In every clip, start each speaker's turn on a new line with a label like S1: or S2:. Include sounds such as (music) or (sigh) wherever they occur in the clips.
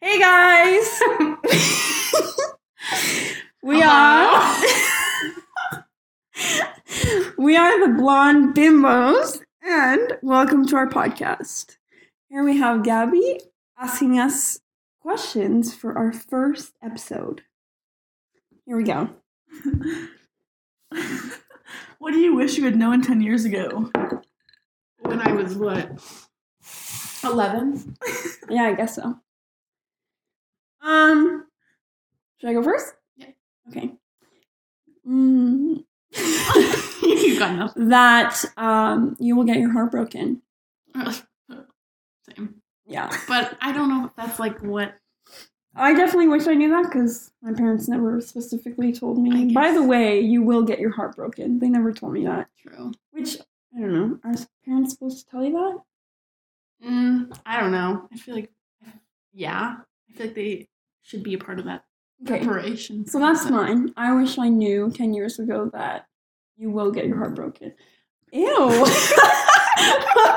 S1: Hey
S2: (laughs)
S1: guys! we
S2: Uh-huh.
S1: are (laughs) We are the blonde bimbos and welcome to our podcast. Here we have Gabby asking us questions for our first episode. Here we go.
S2: (laughs) What do you wish you had known 10 years ago? When I was what? 11?
S1: Yeah, I guess so. Um should I go first?
S2: Yeah.
S1: Okay. Mm,
S2: (laughs) you got nothing.
S1: that um you will get your heart broken.
S2: Same.
S1: Yeah.
S2: But I don't know if that's like what.
S1: I definitely wish I knew that because my parents never specifically told
S2: I
S1: me.
S2: guess.
S1: By the way, you will get your heart broken. They never told me that.
S2: True.
S1: Which I don't know. Are parents supposed to tell you that?
S2: Mm, I don't know. I feel like, yeah. I feel like they should be a part of that
S1: Okay.
S2: preparation.
S1: So that's mine. I wish I knew ten years ago that you will get your heart broken. Ew. (laughs) what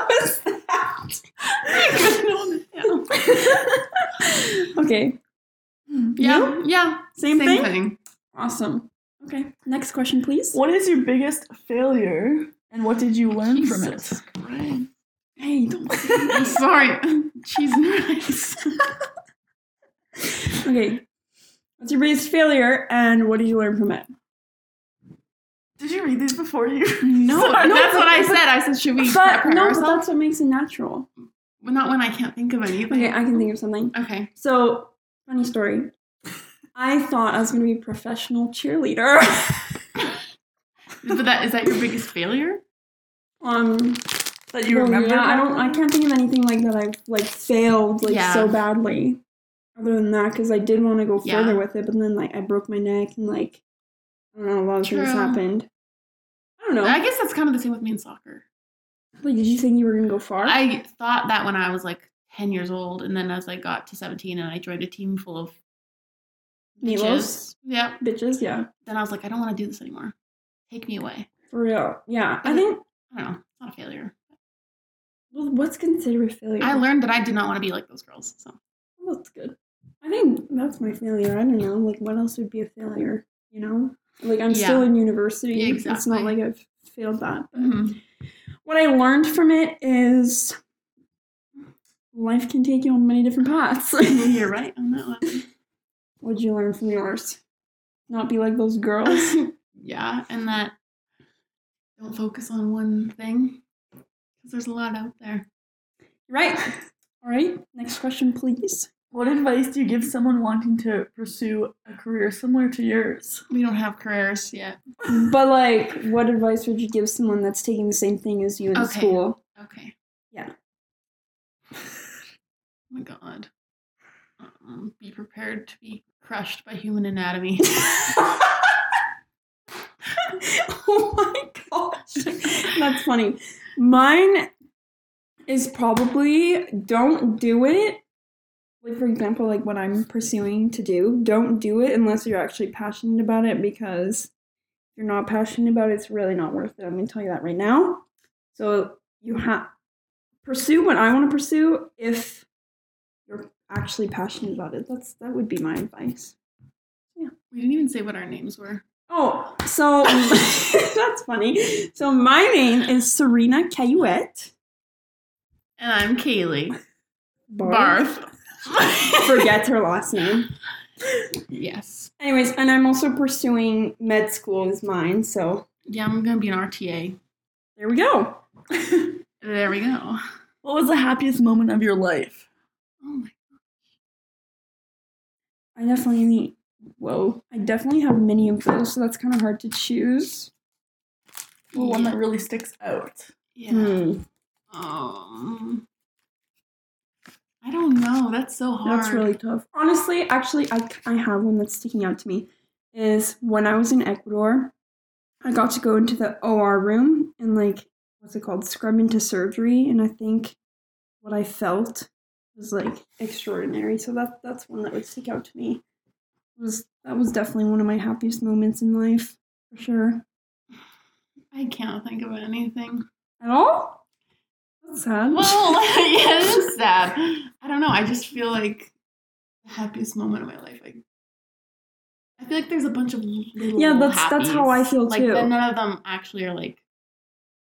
S1: was that? (laughs) okay.
S2: yeah, yeah.
S1: Same, thing?
S2: thing.
S1: Awesome. Okay. Next question, please.
S3: What is your biggest failure and what did you learn
S2: Jesus Christ. (laughs)
S1: Hey, don't. (laughs)
S2: I'm sorry. She's nice.
S1: okay. What's your biggest failure, and what did you learn from it?
S3: Did you read these before you?
S2: No,
S3: (laughs) Sorry.
S2: that's what I said. I said, should we
S1: But
S2: prepare
S1: no, but
S2: ourselves?
S1: that's what makes it natural.
S2: Well, Not when I can't think of anything.
S1: Okay, I can think of something.
S2: Okay.
S1: So, funny
S2: (laughs)
S1: story. I thought I was going to be a professional
S2: (laughs)
S1: cheerleader.
S2: But that is that your biggest failure?
S1: um,
S3: That you
S1: well,
S3: remember?
S1: Yeah, I don't. I can't think of anything like that. I've like failed like
S2: Yeah.
S1: so badly. Other than that, because I did want to go
S2: Yeah.
S1: further with it, but then like I broke my neck and like I don't know, a lot of things
S2: True.
S1: happened. I don't know.
S2: I guess that's kind of the same with me in soccer.
S1: like, did you think you were going to go far?
S2: I thought that when I was like 10 years old, and then as I got to 17 and I joined a team full of
S1: Meatloafs?
S2: bitches. Yeah.
S1: Bitches, yeah,
S2: Then I was like, I don't want to do this anymore. Take me away.
S1: for real. Yeah, I
S2: And-
S1: think.
S2: I don't know. It's not a failure.
S1: Well, what's considered a failure?
S2: I learned that I did not want to be like those girls. So
S1: Well, That's good. I think that's my failure. I don't know. Like, what else would be a failure? You know? Like, I'm still
S2: Yeah.
S1: in university.
S2: Yeah,
S1: It's not
S2: exactly. Mm-hmm.
S1: like I've failed that. But
S2: (laughs)
S1: What I learned from it is life can take you on many different paths. (laughs)
S2: you're right on that one.
S1: What'd you learn from yours? Not be like those girls.
S2: (laughs) yeah, and that don't focus on one thing because there's a lot out there.
S1: right. All right. Next question, please.
S3: What advice do you give someone wanting to pursue a career similar to yours?
S2: We don't have careers yet.
S1: But, like, what advice would you give someone that's taking the same thing as you in
S2: Okay.
S1: school?
S2: Okay.
S1: Yeah.
S2: oh my god. Um, be prepared to be crushed by human anatomy.
S1: (laughs) oh my gosh. That's funny. Mine is probably don't do it. Like, for example, like what I'm pursuing to do, don't do it unless you're actually passionate about it because if you're not passionate about it, it's really not worth it. I'm going to tell you that right now. So, you have pursue what I want to pursue if you're actually passionate about it. That's that would be my advice.
S2: we didn't even say what our names were.
S1: Oh, so (laughs) that's funny. So my name is Serena Cayouette.
S2: And I'm Kaylee.
S1: Barth.
S2: Barth. (laughs)
S1: Forgets her last name.
S2: yes.
S1: Anyways, and I'm also pursuing med school is mine. So
S2: Yeah, I'm gonna be an RTA.
S1: there we go.
S2: There we go.
S3: What was the happiest moment of your life?
S2: Oh my
S1: I definitely whoa. I definitely have many of those, so that's kind of hard to choose.
S3: The one that really sticks out. Hmm.
S2: Yeah.
S1: Hmm.
S2: Um, I don't know. That's so hard.
S1: That's really tough. Honestly, actually, I, I have one that's sticking out to me. Is when I was in Ecuador, I got to go into the OR room and, like, what's it called? Scrub into surgery. And I think what I felt was, like, extraordinary. So that that's one that would stick out to me. was That was definitely one of my happiest moments in life, for sure.
S2: I can't think of anything.
S1: At all? That's sad. (laughs)
S2: (laughs) Well, yeah, it is sad. I don't know. I just feel like the happiest moment of my life. Like, I feel like there's a bunch of little
S1: Yeah, that's- that's how I
S2: happies.
S1: feel
S2: like,
S1: too.
S2: But none of them actually are like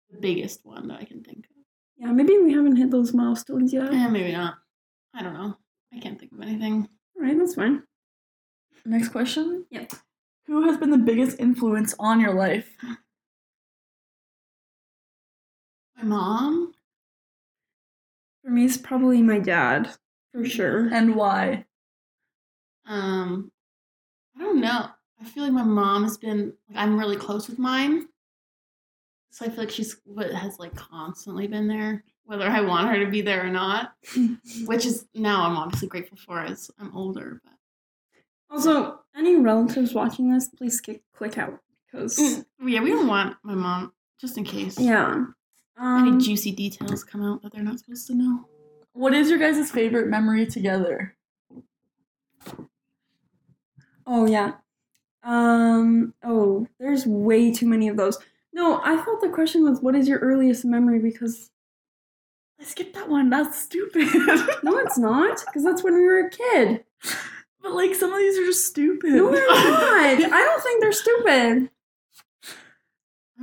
S2: the biggest one that I can think of.
S1: Yeah, maybe we haven't hit those milestones yet.
S2: Eh, maybe not. I don't know. I can't think of anything.
S1: All right, that's fine.
S3: Next question.
S1: Yeah.
S3: Who has been the biggest influence on your life?
S2: My mom,
S1: For me, it's probably my dad, for sure.
S3: And why?
S2: um, I don't know. I feel like my mom has been like I'm really close with mine, so I feel like she's what has like constantly been there, whether I want her to be there or not. Which is now I'm obviously grateful for as I'm older, but.
S1: (clears throat) Also, any relatives watching this, please kick, click out because
S2: Mm, Yeah, we don't want my mom, just in case.
S1: yeah.
S2: Any
S1: Um,
S2: juicy details come out that they're not supposed to know.
S3: What is your guys' favorite memory together?
S1: oh yeah. Um. Oh, there's way too many of those. No, I thought the question was, "What is your earliest memory?" Because
S3: I skipped that one. That's stupid.
S1: (laughs) no, it's not. Because that's when we were a kid.
S3: but like some of these are just stupid.
S1: No, they're
S3: (laughs)
S1: not. I don't think they're stupid.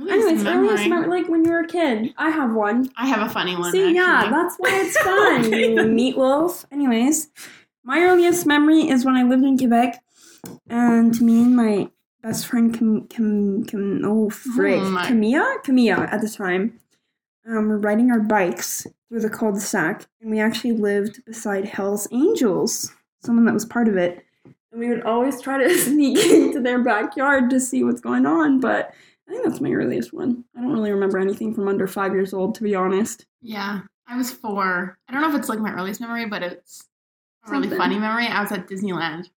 S2: Earliest
S1: Anyways, earliest
S2: memory.
S1: memory, like when you were a kid. I have one.
S2: I have a funny one.
S1: See, yeah,
S2: actually.
S1: that's why it's
S2: (laughs)
S1: fun.
S3: Okay.
S1: you meatloaf. Anyways, my earliest memory is when I lived in Quebec, and me and my best friend Cam, Cam, Cam oh frick,
S2: Oh my-
S1: Camilla, Camilla at the time, um, were riding our bikes through the cul-de-sac, and we actually lived beside Hell's Angels, someone that was part of it. And we would always try to (laughs) sneak into their backyard to see what's going on, but I think that's my earliest one. I don't really remember anything from under five years old, to be honest.
S2: yeah. I was four. I don't know if it's like my earliest memory, but it's a really
S1: Something.
S2: funny memory. I was at Disneyland,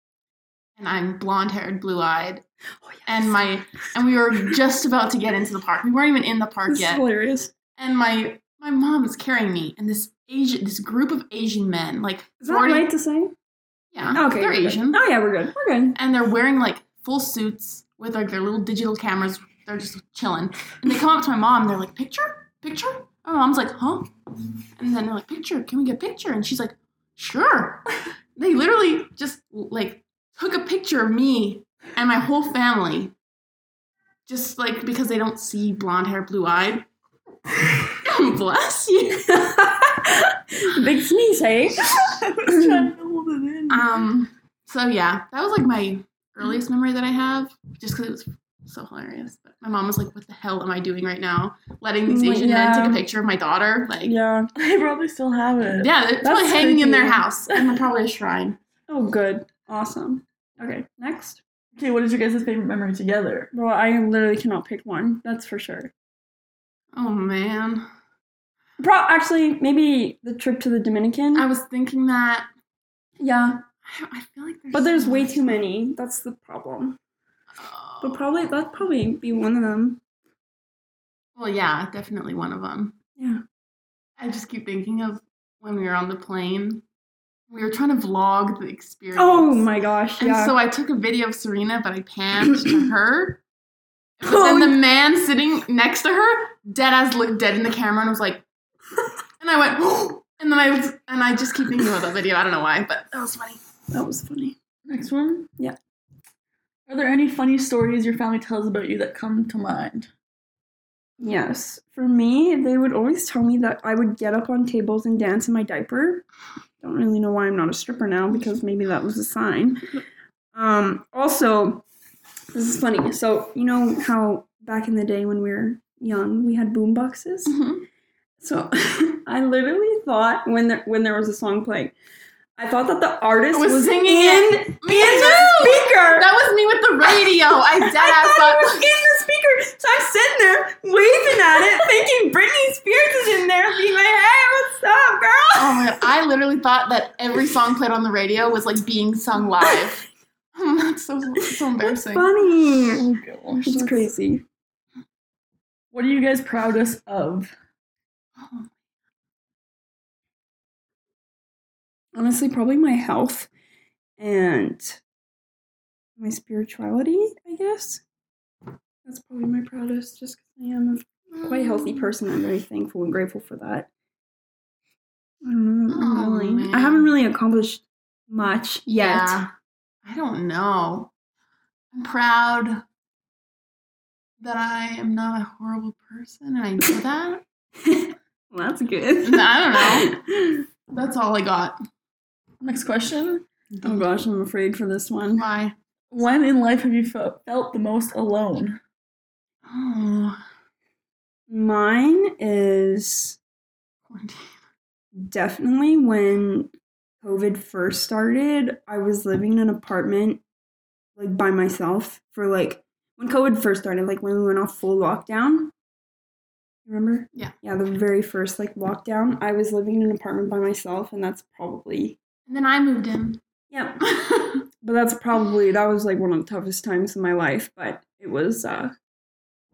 S2: and I'm blonde-haired, blue-eyed,
S1: Oh,
S2: and my and we were just about to get into the park. We weren't even in the park
S1: This is
S2: yet.
S1: hilarious.
S2: and my my mom is carrying me, and this Asian, this group of Asian men, like
S1: Is that
S2: 40
S1: right to say?
S2: Yeah,
S1: okay,
S2: Uh-huh. they're
S1: we're good.
S2: Asian.
S1: Oh yeah, we're good. We're good. (laughs)
S2: and they're wearing like full suits with like their little digital cameras. They're just chilling, and they come up to my mom. They're like, "Picture, picture." And my mom's like, "Huh?" And then they're like, "Picture? Can we get a picture?" And she's like, "Sure." (laughs) They literally just like took a picture of me and my whole family, just like because they don't see blonde hair, blue eyed. (laughs) Bless you.
S1: Big sneeze, (laughs) hey?
S3: I was trying to hold it in.
S1: Mm-hmm.
S2: Um. So yeah, that was like my earliest memory that I have, just because it was so hilarious. But my mom was like, "What the hell am I doing right now? Letting these
S1: Mm,
S2: Asian men
S1: yeah.
S2: take a picture of my daughter? Like, yeah,
S1: Yeah.
S3: I probably still have it.
S2: it's
S1: That's
S2: probably hanging in their
S1: freaky.
S2: house and probably a shrine.
S1: Oh, good. Awesome. Okay, next.
S3: Okay, what is your guys' favorite memory together?
S1: Well, I literally cannot pick one. That's for sure.
S2: Oh man,
S1: Pro- actually, maybe the trip to the Dominican.
S2: I was thinking that.
S1: yeah,
S2: I I feel like, there's
S1: but there's
S2: so
S1: way
S2: much-
S1: too many. That's the problem.
S2: Oh.
S1: But probably that'd probably be one of them.
S2: well, yeah, definitely one of them.
S1: Yeah.
S2: I just keep thinking of when we were on the plane. We were trying to vlog the experience.
S1: Oh my gosh.
S2: And
S1: Yeah.
S2: so I took a video of Serena, but I panned
S1: (clears throat)
S2: to her.
S1: Oh,
S2: and the man sitting next to her, dead ass looked dead in the camera and
S1: (laughs)
S2: was like, and I went, (gasps) and then I was, and I just keep thinking about that video. I don't know why, but that was funny.
S1: that was funny.
S3: Next one?
S1: Yeah.
S3: Are there any funny stories your family tells about you that come to mind?
S1: Yes. For me, they would always tell me that I would get up on tables and dance in my diaper. Don't really know why I'm not a stripper now because maybe that was a sign. Um, also, this is funny. So, you know how back in the day when we were young, we had boom boxes?
S2: Mm-hmm.
S1: So, (laughs) I literally thought when there, when there was a song playing, I thought that the artist
S2: Was
S1: was,
S2: singing
S1: in, in
S2: it. Me
S1: the
S2: too!
S1: speaker.
S2: That was me with the
S1: (laughs)
S2: radio. I dead
S1: I
S2: ass
S1: thought it was
S2: thought,
S1: in (laughs) the speaker. So I'm sitting there waving at it, thinking Britney Spears is in there being like, hey, what's up, girl?
S2: (laughs) oh my god, I literally thought that every song played on the radio was like being
S1: (laughs)
S2: sung live. (laughs) That's so, so embarrassing.
S1: Funny.
S3: Oh
S1: It's
S3: gosh. that's-
S1: crazy.
S3: What are you guys proudest of?
S1: Honestly, probably my health and my spirituality, I guess. That's probably my proudest, just because I am a quite healthy person. I'm very thankful and grateful for that. I don't know. I, don't
S2: Oh,
S1: really,
S2: man.
S1: I haven't really accomplished much yet.
S2: I don't know. I'm proud that I am not a horrible person and I know that.
S1: (laughs) Well, that's good.
S2: I
S1: (laughs)
S2: That's all I got.
S3: Next question.
S1: oh gosh, I'm afraid for this one.
S2: My
S3: When in life have you fe- felt the most alone?
S2: oh,
S1: Mine is
S2: quarantine.
S1: definitely when COVID first started, I was living in an apartment like by myself for like when COVID first started, like when we went off full lockdown. Remember?
S2: Yeah.
S1: Yeah, the very first like lockdown, I was living in an apartment by myself, and that's probably
S2: and then I moved in.
S1: yeah. But that's probably that was like one of the toughest times in my life. But it was uh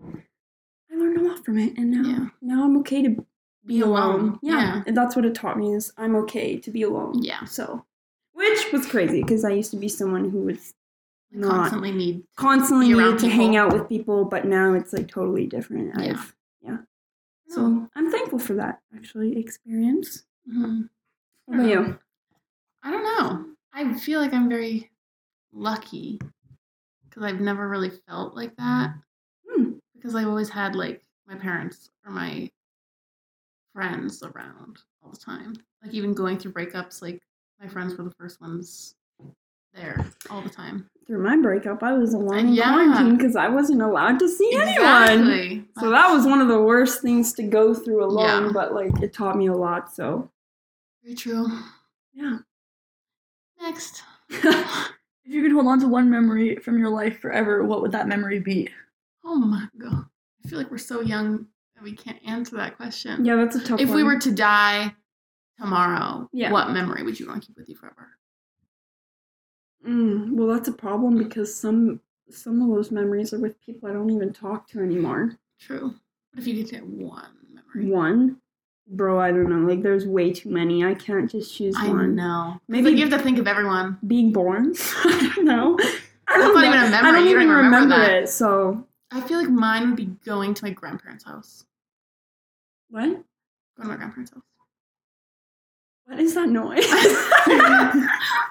S1: I learned a lot from it, and now
S2: Yeah.
S1: now I'm okay to
S2: (laughs) Be alone.
S1: Yeah. And that's what it taught me is I'm okay to be alone.
S2: Yeah.
S1: So, which was crazy because I used to be someone who was
S2: I
S1: Not-
S2: constantly need.
S1: constantly
S2: Be
S1: needed
S2: around
S1: to hang
S2: people.
S1: out with people, but now it's like totally different.
S2: Yeah. Mm.
S1: I've, yeah. So I'm thankful for that actually experience.
S2: Mhm.
S1: What about you?
S2: I don't know. I feel like I'm very lucky because I've never really felt like that.
S1: Hmm.
S2: because I've always had like my parents or my friends around all the time. Like even going through breakups, like my friends were the first ones there all the time.
S1: Through my breakup, I was alone in
S2: Yeah.
S1: quarantine because I wasn't allowed to see anyone.
S2: Exactly.
S1: So that was one of the worst things to go through alone,
S2: Yeah.
S1: but like it taught me a lot. So
S2: very true.
S1: yeah. (laughs)
S2: Next.
S3: If you could hold on to one memory from your life forever, what would that memory be?
S2: Oh my god. I feel like we're so young that we can't answer that question.
S1: yeah, that's a tough
S2: If
S1: one.
S2: we were to die tomorrow,
S1: Yeah.
S2: what memory would you want to keep with you forever?
S1: Mm, well, that's a problem because some some of those memories are with people I don't even talk to anymore.
S2: True. But if you could get one memory.
S1: One, bro, I don't know. Like, there's way too many. I can't just choose
S2: I
S1: one.
S2: know.
S1: Maybe-
S2: Maybe you have to think of everyone.
S1: Being born, (laughs) I don't know.
S3: (laughs)
S1: I
S2: That's
S1: don't
S2: not
S1: know.
S2: even a
S1: I don't
S2: memory. You
S1: even
S2: don't remember that.
S1: it. So
S2: I feel like mine would be going to my grandparents' house.
S1: what?
S2: Going to my grandparents' house.
S1: What is that
S3: (laughs)
S1: noise? (laughs) we have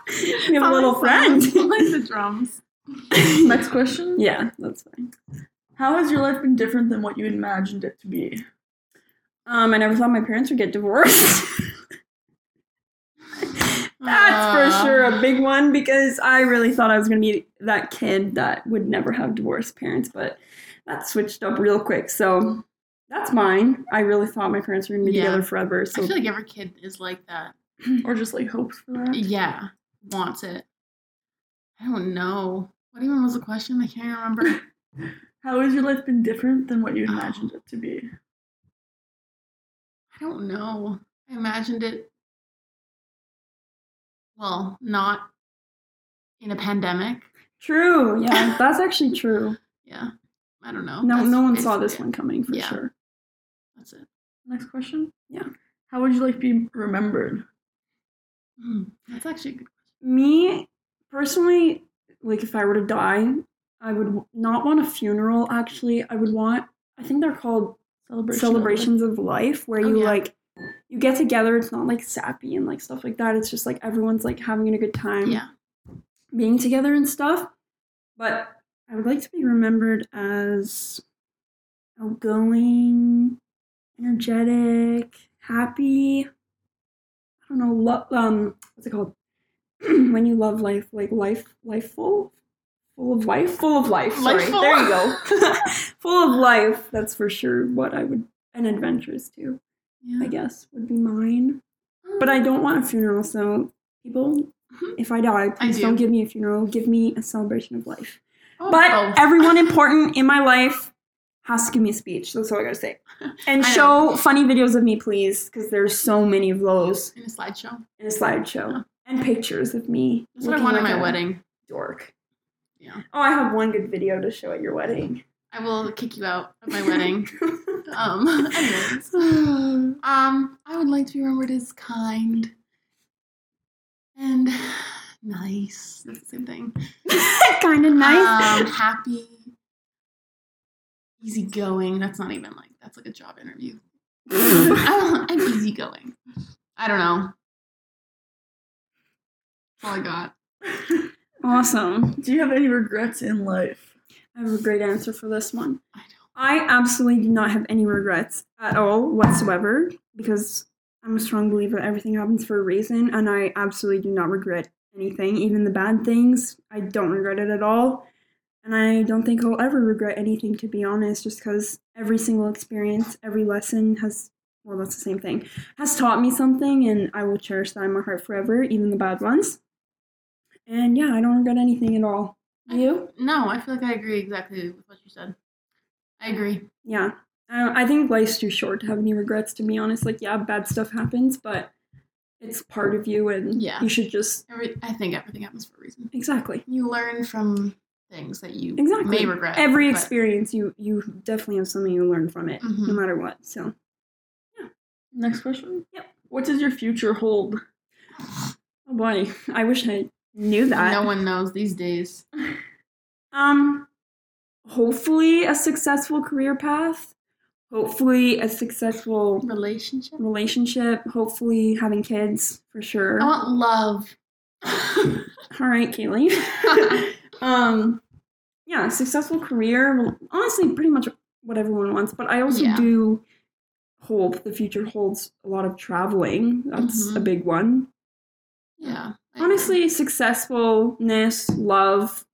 S1: a
S2: Sounds
S1: little
S2: like-
S1: friend.
S2: sounds
S1: (laughs)
S2: like the drums.
S3: Next question.
S1: yeah, that's fine.
S3: How has your life been different than what you imagined it to be?
S1: Um, I never thought my parents would get divorced. (laughs) That's for sure a big one because I really thought I was going to be that kid that would never have divorced parents, but that switched up real quick. So that's mine. I really thought my parents were going to be
S2: Yeah.
S1: together forever. So (laughs)
S2: I feel like every kid is like that.
S3: Or just like hopes for that?
S2: Yeah, wants it. I don't know. What even was the question? I can't remember.
S3: How has your life been different than what you imagined it to be?
S2: I don't know. I imagined it. Well, not in a pandemic.
S1: true. Yeah, (laughs) that's actually true.
S2: Yeah, I don't know.
S1: No,
S2: That's
S1: no one saw
S2: basically
S1: this
S2: it.
S1: one coming for
S2: Yeah.
S1: sure.
S2: That's it.
S3: Next question.
S1: Yeah.
S3: How would you like be remembered?
S2: Hmm, that's actually a good.
S1: Me personally, like if I were to die, I would w- not want a funeral. Actually, I would want. I think they're called
S3: Celebration.
S1: celebrations of life where
S2: Oh,
S1: you
S2: yeah.
S1: like you get together it's not like sappy and like stuff like that it's just like everyone's like having a good time
S2: Yeah.
S1: being together and stuff but i would like to be remembered as outgoing energetic happy i don't know lo- um what's it called (clears throat) when you love life like life life full full of life full of life sorry
S2: Lifeful.
S1: there you go (laughs) full of life that's for sure what i would and adventures too
S2: Yeah. Oh,
S1: i guess would be mine but i don't want a funeral so people if i die please
S2: Mm-hmm. do.
S1: do. not give me a funeral give me a celebration of life
S2: Oh,
S1: but
S2: oh.
S1: everyone important in my life has to give me a speech that's all i gotta
S2: (laughs)
S1: say and
S2: I
S1: show funny videos of me please because there's so many of those
S2: in a slideshow.
S1: in a slideshow and pictures of me
S2: Oh. That's what I
S1: looking
S2: want at
S1: like
S2: my
S1: a
S2: wedding.
S1: dork
S2: Yeah.
S1: oh i have one good video to show at your wedding
S2: I will kick you out of my
S1: (laughs)
S2: wedding. um, (laughs) anyways. (laughs) um, I would like to be remembered as kind and (sighs) nice. That's the same thing.
S1: kind of nice.
S2: Um, happy, easygoing. That's not even like that's like a job interview. (laughs) I'm easygoing. I don't know. That's all I got.
S1: (laughs) Awesome.
S3: Do you have any regrets in life?
S1: I have a great answer for this one.
S2: I know.
S1: I absolutely do not have any regrets at all whatsoever because I'm a strong believer everything happens for a reason and I absolutely do not regret anything, even the bad things. I don't regret it at all. And I don't think I'll ever regret anything to be honest, just because every single experience, every lesson has well, that's the same thing. Has taught me something and I will cherish that in my heart forever, even the bad ones. And yeah, I don't regret anything at all. You?
S2: No, I feel like I agree exactly with what you said. I agree.
S1: Yeah. I, don't- I think life's too short to have any regrets, to be honest. Like, yeah, bad stuff happens, but it's part of you, and
S2: Yeah.
S1: you should just.
S2: Every, I think everything happens for a reason.
S1: Exactly.
S2: You learn from things that you
S1: Exactly.
S2: may regret.
S1: Every
S2: but-
S1: experience, you you definitely have something you learn from it, no
S2: Mhm.
S1: matter what. So,
S3: Mm-hmm. Next question.
S1: Yep.
S3: What does your future hold?
S1: oh boy, I wish I knew that.
S2: No one knows these days.
S1: Um, hopefully, a successful career path. Hopefully, a successful
S2: Relationship.
S1: relationship. Hopefully, having kids for sure.
S2: I want love. (laughs)
S1: (laughs)
S2: I
S1: All right, Kaylee. (laughs) um yeah successful career well, honestly pretty much what everyone wants but i also
S2: Yeah.
S1: do hope the future holds a lot of traveling that's a
S2: Mhm.
S1: big one
S2: yeah. I
S1: honestly successfulness love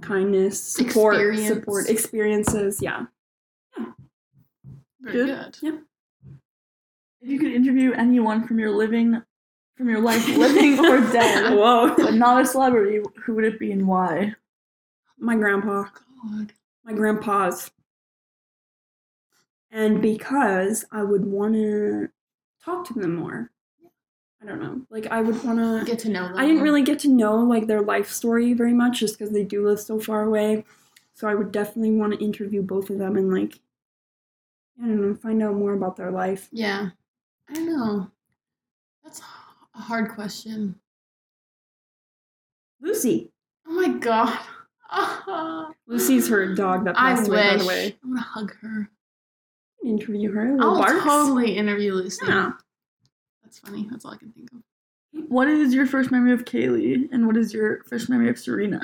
S1: kindness support
S2: Experience.
S1: support experiences
S2: (laughs)
S1: yeah
S2: agree. Very
S3: Good.
S2: good.
S3: If you could interview anyone from your living, from your life,
S1: (laughs)
S3: living or
S2: (laughs)
S3: dead,
S1: whoa
S3: but not a celebrity, who would it be and why?
S1: my grandpa
S2: God.
S1: my grandpa's. And because I would want to talk to them more. I don't know. Like, I would want to.
S2: Get to know them.
S1: I didn't really get to know, like, their life story very much just because they do live so far away. So I would definitely want to interview both of them and, like, I don't know, find out more about their life.
S2: Yeah. I don't know. That's a hard question.
S1: Lucy.
S2: Oh my god. (laughs)
S1: Lucy's her dog that
S2: I
S1: passed away, by
S2: wish.
S1: the way.
S2: I'm gonna hug her.
S1: Interview her. little
S2: I'll
S1: barks.
S2: Oh, totally interview Lucy.
S1: Yeah.
S2: That's funny. That's all I can think of.
S3: What is your first memory of Kaylee, and what is your first memory of Serena?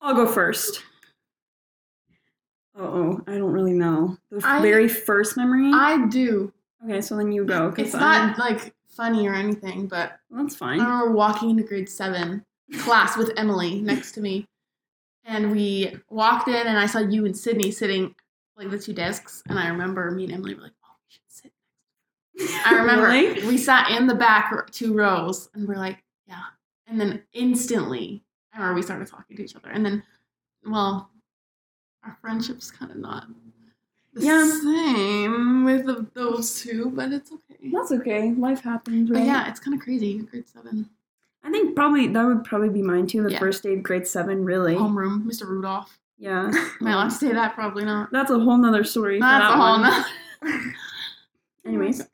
S1: I'll go first. Uh oh, I don't really know. The f-
S2: I-
S1: very first memory?
S2: I do.
S1: okay, so then you go. 'cause
S2: It's
S1: I-
S2: not um, like funny or anything, but
S1: That's
S2: I
S1: fine.
S2: remember walking into grade seven class with Emily next to me. And we walked in, and I saw you and Sydney sitting like the two desks. And I remember me and Emily were like, oh, we should sit I remember
S1: Really?
S2: we sat in the back r- two rows and we're like, yeah. And then instantly, I remember we started talking to each other. And then, well, our friendship's kind of not the
S1: Yeah.
S2: same with the, those two, but it's okay.
S1: That's okay. Life happens,
S2: But
S1: right?
S2: yeah, it's kind of crazy. Grade seven,
S1: I think probably that would probably be mine too. The
S2: Yeah. Oh
S1: first day of grade seven, really.
S2: homeroom, Mr. Rudolph. (laughs)
S1: yeah.
S2: Am I allowed to say that? Probably not.
S1: That's a whole nother story. for
S2: That's
S1: Oh. that
S2: a whole
S1: one.
S2: nother-
S1: Anyways,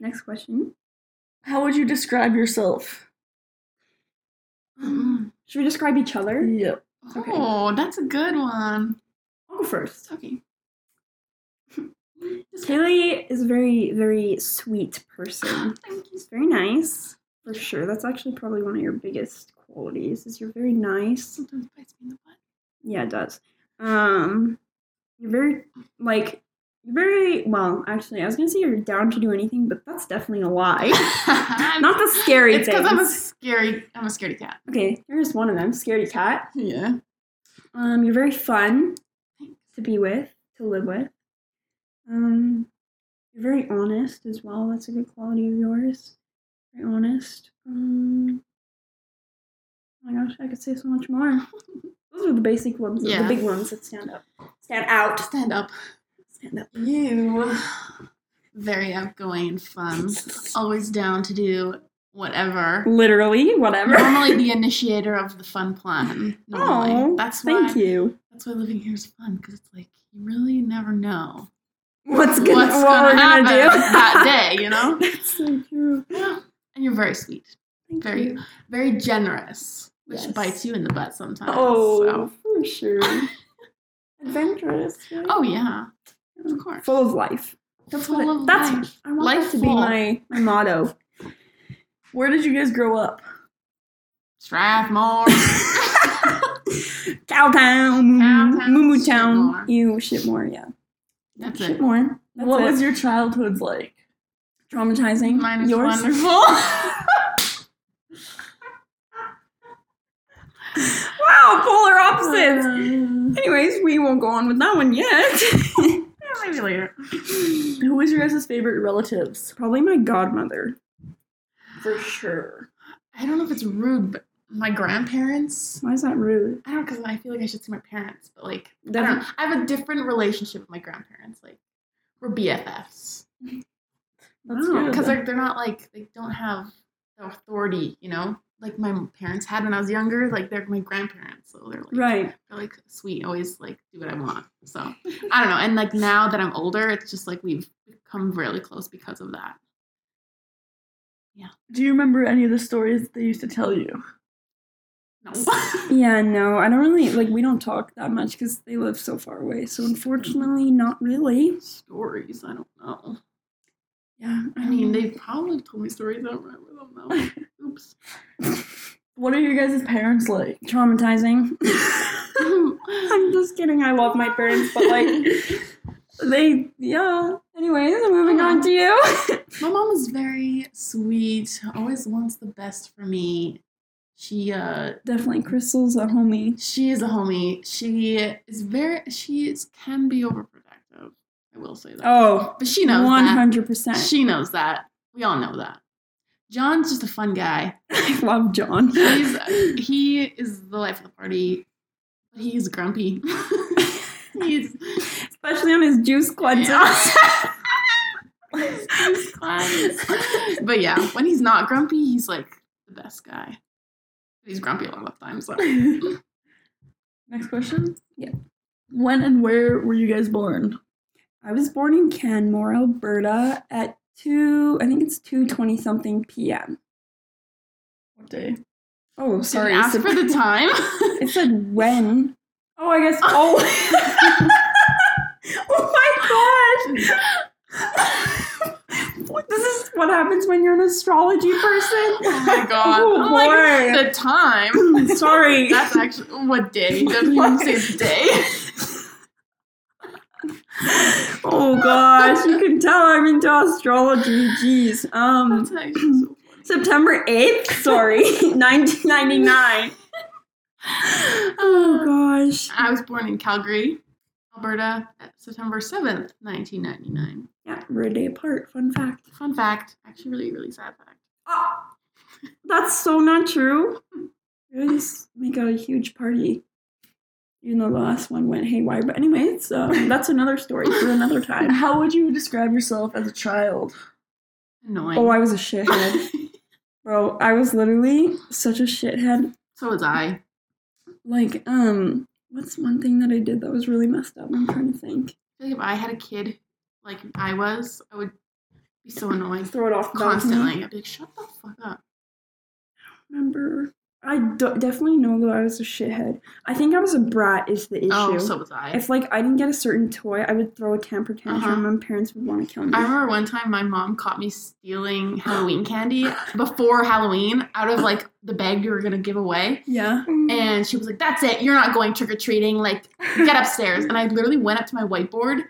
S1: next question.
S3: How would you describe yourself?
S1: (laughs)
S2: Mm.
S1: Should we describe each other?
S3: Yep.
S1: Okay.
S2: Oh, that's a good one.
S1: I'll go first.
S2: Okay.
S1: (laughs) Kaylee is a very, very sweet person.
S2: (gasps) Thank you.
S1: She's very nice, for sure. That's actually probably one of your biggest qualities is you're very nice.
S2: Sometimes it bites me in the butt.
S1: Yeah, it does. Um, you're very like you're very well. Actually, I was gonna say you're down to do anything, but that's definitely a lie. (laughs)
S2: (laughs)
S1: Not the scary
S2: It's because I'm a
S1: things.
S2: scary. I'm a scaredy cat.
S1: Okay, here's one of them. Scaredy cat.
S2: Yeah.
S1: Um, you're very fun to be with, to live with. Um, you're very honest as well. That's a good quality of yours. Very honest. Um, oh my gosh, I could say so much more. (laughs) Those are the basic ones,
S2: Yeah.
S1: the big ones that stand up, stand out,
S2: Stand up.
S1: stand up.
S2: You. Very outgoing and fun. Always down to do whatever.
S1: Literally, whatever. (laughs)
S2: Normally the initiator of the fun plan. Normally.
S1: Oh,
S2: that's why.
S1: thank you.
S2: That's why living here is fun because it's like you really never know
S1: What's gonna, (laughs)
S2: what's
S1: what we're
S2: gonna happen
S1: gonna do (laughs)
S2: (laughs) that day. You know.
S1: That's so true.
S2: Yeah. And you're very sweet.
S1: Thank
S2: Very-
S1: you.
S2: Very generous, which
S1: Yes.
S2: bites you in the butt sometimes.
S1: Oh,
S2: so.
S1: for sure. Adventurous. right?
S2: Oh yeah, of course.
S1: Full of life. That's
S2: Full
S1: what. I,
S2: of
S1: that's
S2: life.
S1: I want that to be
S2: (laughs) Lifeful.
S1: my, my motto. (laughs)
S3: Where did you guys grow up?
S2: Strathmore.
S1: Cowtown, Moo
S2: Cowtown,
S1: Moo Moo Town,
S2: Shitmore.
S1: you Shitmore, yeah. (laughs)
S2: That's it.
S1: Shitmore. That's
S3: What
S1: it.
S3: was your childhood's like?
S1: traumatizing?
S2: Mine is
S1: Yours?
S2: wonderful.
S1: Wow, polar opposites.
S3: Uh,
S1: Anyways, we won't go on with that one yet. (laughs)
S2: Maybe later.
S3: who was your guys' favorite relatives?
S1: Probably my godmother.
S3: For sure.
S2: I don't know if it's rude, but my grandparents.
S1: Why is that rude?
S2: I don't because I feel like I should see my parents, but like I
S1: Doesn't-
S2: don't. know. I have a different relationship with my grandparents. Like we're BFFs
S3: That's
S1: Wow.
S3: good.
S2: because they're they're not like they don't have the authority, you know. Like my parents had when I was younger. Like they're my grandparents, so they're like
S1: Right.
S2: they're like sweet, always like do what I want. So I don't know. And like now that I'm older, it's just like we've become really close because of that.
S3: Do you remember any of the stories they used to tell you?
S1: (laughs)
S2: No.
S1: Yeah, no, I don't really like. We don't talk that much because they live so far away. So unfortunately, not really.
S2: stories. I don't know.
S1: Yeah,
S2: I mean, they probably told me stories. I don't remember them though. Oops.
S3: What are your guys' parents like?
S1: um, traumatizing. (laughs) (laughs) I'm just kidding. I love my parents, but
S2: (laughs)
S1: like they, yeah. Anyways, I'm moving on to
S2: (laughs)
S1: you.
S2: My mom is very sweet. Always wants the best for me. She uh
S1: Definitely, Crystal's a homie.
S2: she is a homie. She is very she is, can be overprotective. I will say that.
S1: Oh,
S2: but she knows
S1: one
S2: that.
S1: hundred
S2: (laughs)
S1: percent.
S2: She knows that. We all know that. John's just a
S1: (laughs)
S2: fun guy.
S1: I love John.
S2: He's he is the life of the party. But he's grumpy. (laughs) he's
S1: Especially on his juice cleanses.
S2: Yeah. (laughs) He's class. but yeah, when he's not grumpy, he's like the best guy. He's grumpy a lot of the time, so
S3: Next question?
S1: Yeah.
S3: When and where were you guys born?
S1: I was born in Canmore, Alberta, at two. I think it's two twenty something p.m.
S3: What day?
S1: Oh, (laughs) sorry.
S2: Sorry, ask
S1: Sep- (laughs)
S2: for the time.
S1: It said when. Oh, I
S2: (laughs)
S1: guess. Oh. (laughs) oh my gosh. this is what happens when you're an astrology person. (laughs)
S2: oh (laughs) my god!
S1: Oh,
S2: I'm like,
S1: boy.
S2: the time.
S1: (laughs) Sorry.
S2: That's actually what day? Don't even say
S1: (laughs)
S2: the day.
S1: oh gosh, you can tell I'm into astrology. Jeez. Um,
S2: That's actually so funny.
S1: September 8th, (laughs) sorry, 1999. Oh gosh.
S2: I was born in Calgary, Alberta, at September seventh, nineteen ninety nine.
S1: Yeah, we're a day apart. Fun fact.
S2: Fun fact. Actually, really, really sad fact.
S1: Oh, that's so not true. We just make a huge party. Even though the last one went haywire. But, anyways, um, that's another story for another time. (laughs)
S3: How would you describe yourself as a child?
S2: Annoying.
S1: Oh, I was a (laughs)
S2: (laughs)
S1: shithead. Bro, I was literally such a shithead.
S2: so was I.
S1: Like, um, what's one thing that I did that was really messed up? I'm trying to think.
S2: feel like if I had a kid like I was, I would be so annoying
S1: Throw it off the balcony.
S2: constantly. I'd be like, shut the fuck up.
S1: remember. I do- definitely know that I was a shithead. I think I was a brat is the issue.
S2: Oh, so was I.
S1: if like I didn't get a certain toy, I would throw a temper tantrum
S2: Uh-huh.
S1: and parents would want to kill me.
S2: I remember one time my mom caught me stealing Halloween candy before Halloween out of like the bag we were gonna give away.
S1: yeah.
S2: And she was like, That's it, you're not going trick or treating, like get upstairs. And I literally went up to my whiteboard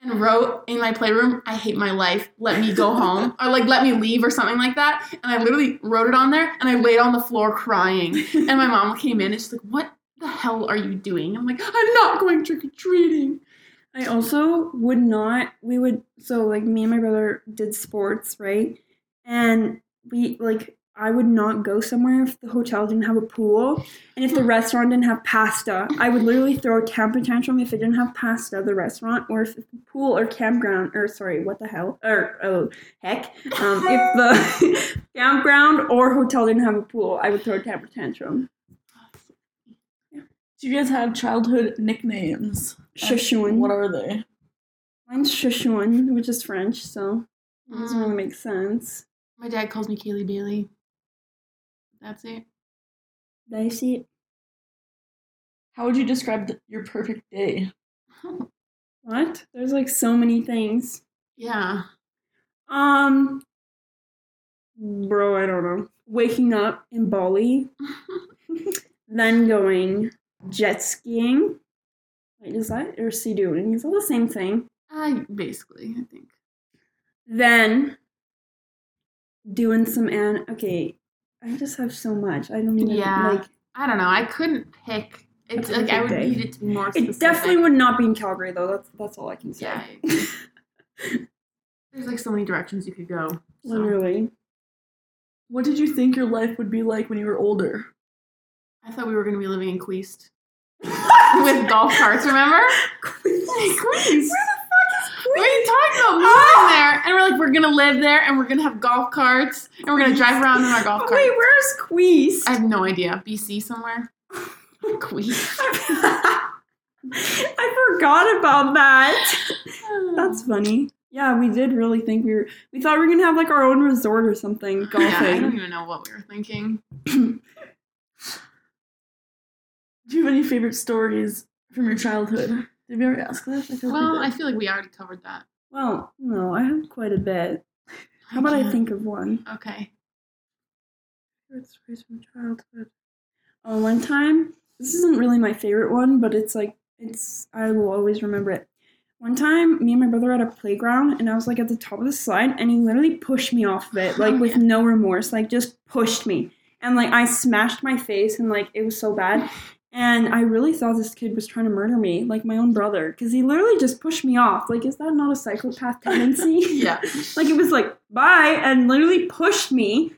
S2: and wrote in my playroom, I hate my life, let me go home, or like let me leave or something like that. And I literally wrote it on there and I laid on the floor crying. And my mom came in and she's like, What the hell are you doing? I'm like, I'm not going trick or treating.
S1: I also would not we would so like me and my brother did sports, right? And we like I would not go somewhere if the hotel didn't have a pool and if the restaurant didn't have pasta. I would literally throw a temper tantrum if it didn't have pasta, the restaurant, or if the pool or campground, or sorry, what the hell, or oh heck, um, if the (laughs) campground or hotel didn't have a pool, I would throw a temper tantrum.
S3: Do you guys have childhood nicknames? What
S1: Shushuan.
S3: are they?
S1: Mine's Shushuan, which is French, so it doesn't really make sense.
S2: My dad calls me Kaylee Bailey. That's it.
S1: That's it.
S3: How would you describe th- your perfect day?
S1: What? There's like so many things.
S2: yeah.
S1: Um, bro, I don't know. waking up in
S2: (laughs)
S1: Bali, then going jet skiing. Wait, is that or sea doing? It's all the same thing.
S2: Uh, basically, I think.
S1: Then doing some an okay. I just have so much. I don't even
S2: Yeah.
S1: like.
S2: I don't know. I couldn't pick. It's
S1: That's a
S2: like I
S1: good
S2: would
S1: day.
S2: need it to be more
S1: It
S2: specific.
S1: definitely would not be in Calgary though. That's that's all I can say.
S2: Yeah.
S1: (laughs)
S2: There's like so many directions you could go. So.
S1: Literally.
S3: What did you think your life would be like when you were older?
S2: I thought we were gonna be living
S1: (laughs)
S2: in Queest (laughs) with golf carts. Remember?
S1: Queens.
S2: Queens.
S1: Where
S2: What are you
S1: (laughs)
S2: talking about? Moving there, and we're like, we're gonna live there, and we're gonna have golf carts, and we're gonna drive around in
S1: (laughs)
S2: our golf
S1: But
S2: carts.
S1: Wait, where's Queens?
S2: I have no idea.
S1: (laughs)
S2: BC somewhere. (laughs) Queest.
S1: I forgot about that. That's funny. Yeah, we did really think we were. We thought we were gonna have like our own resort or something golfing.
S2: Yeah, I don't even know what we were thinking.
S3: Do you have any favorite stories from your childhood? Did we ever ask that? I feel like we
S2: Well, I
S3: did.
S2: feel like we already covered that.
S1: well, no, I have quite a bit. How about I
S2: can't-
S1: think of one?
S2: Okay.
S1: Favorite stories from childhood. Oh, one time. This isn't really my favorite one, but it's like it's. I will always remember it. One time, me and my brother were at a playground, and I was like at the top of the slide, and he literally pushed me off of it, like
S2: Oh,
S1: with
S2: yeah.
S1: no remorse, like just pushed me, and like I smashed my face, and like it was so bad, and I really thought this kid was trying to murder me, like my own brother, because he literally just pushed me off. Like, is that not a psychopath tendency?
S2: (laughs) Yeah.
S1: (laughs) Like it was like bye, and literally pushed me.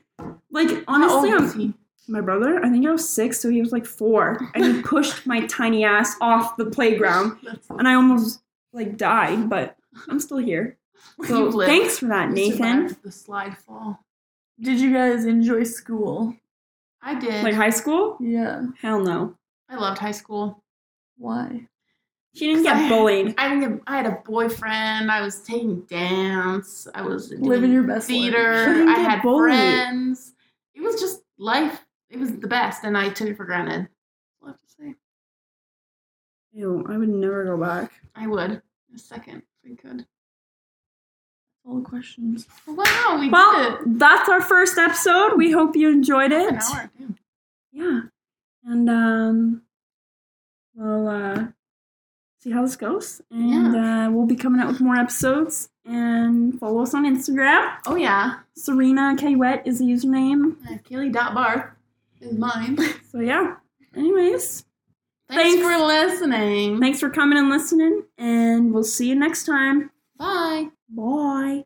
S1: Like honestly,
S2: How old
S1: I'm
S2: was he?
S1: my brother, I think I was six, so he was like four, and
S2: (laughs)
S1: he pushed my tiny ass off the playground,
S2: That's-
S1: and I almost like died, but I'm still
S2: (laughs)
S1: here. So
S2: You've lived.
S1: thanks for that,
S2: You
S1: Nathan.
S2: survived The slide fall.
S3: Did you guys enjoy school?
S2: I did.
S1: Like high school?
S3: Yeah.
S1: Hell no.
S2: I loved high school.
S3: Why?
S1: She didn't get bullied.
S2: I didn't get- I had a boyfriend. I was taking dance. I was doing
S3: Living your best
S2: theater.
S1: You didn't
S2: I
S1: get
S2: had
S1: bullied.
S2: friends. It was just life. It was the best, and I took it for granted. I have to say,
S1: Ew, I would never go back.
S2: I would in a second if we could.
S3: (laughs) All the questions.
S2: But wow, we
S1: Well,
S2: did it.
S1: that's our first episode. We hope you enjoyed
S2: Half
S1: it.
S2: An hour. Damn.
S1: Yeah. And um we'll uh see how this goes. And uh we'll be coming out with more episodes and follow us on Instagram.
S2: Oh yeah,
S1: Serena K Wet is the username.
S2: uh, Kaylee dot Barth is mine. Thanks,
S1: So yeah. Anyways, Thanks.
S2: for listening.
S1: thanks for coming and listening and we'll see you next time.
S2: Bye.
S1: Bye.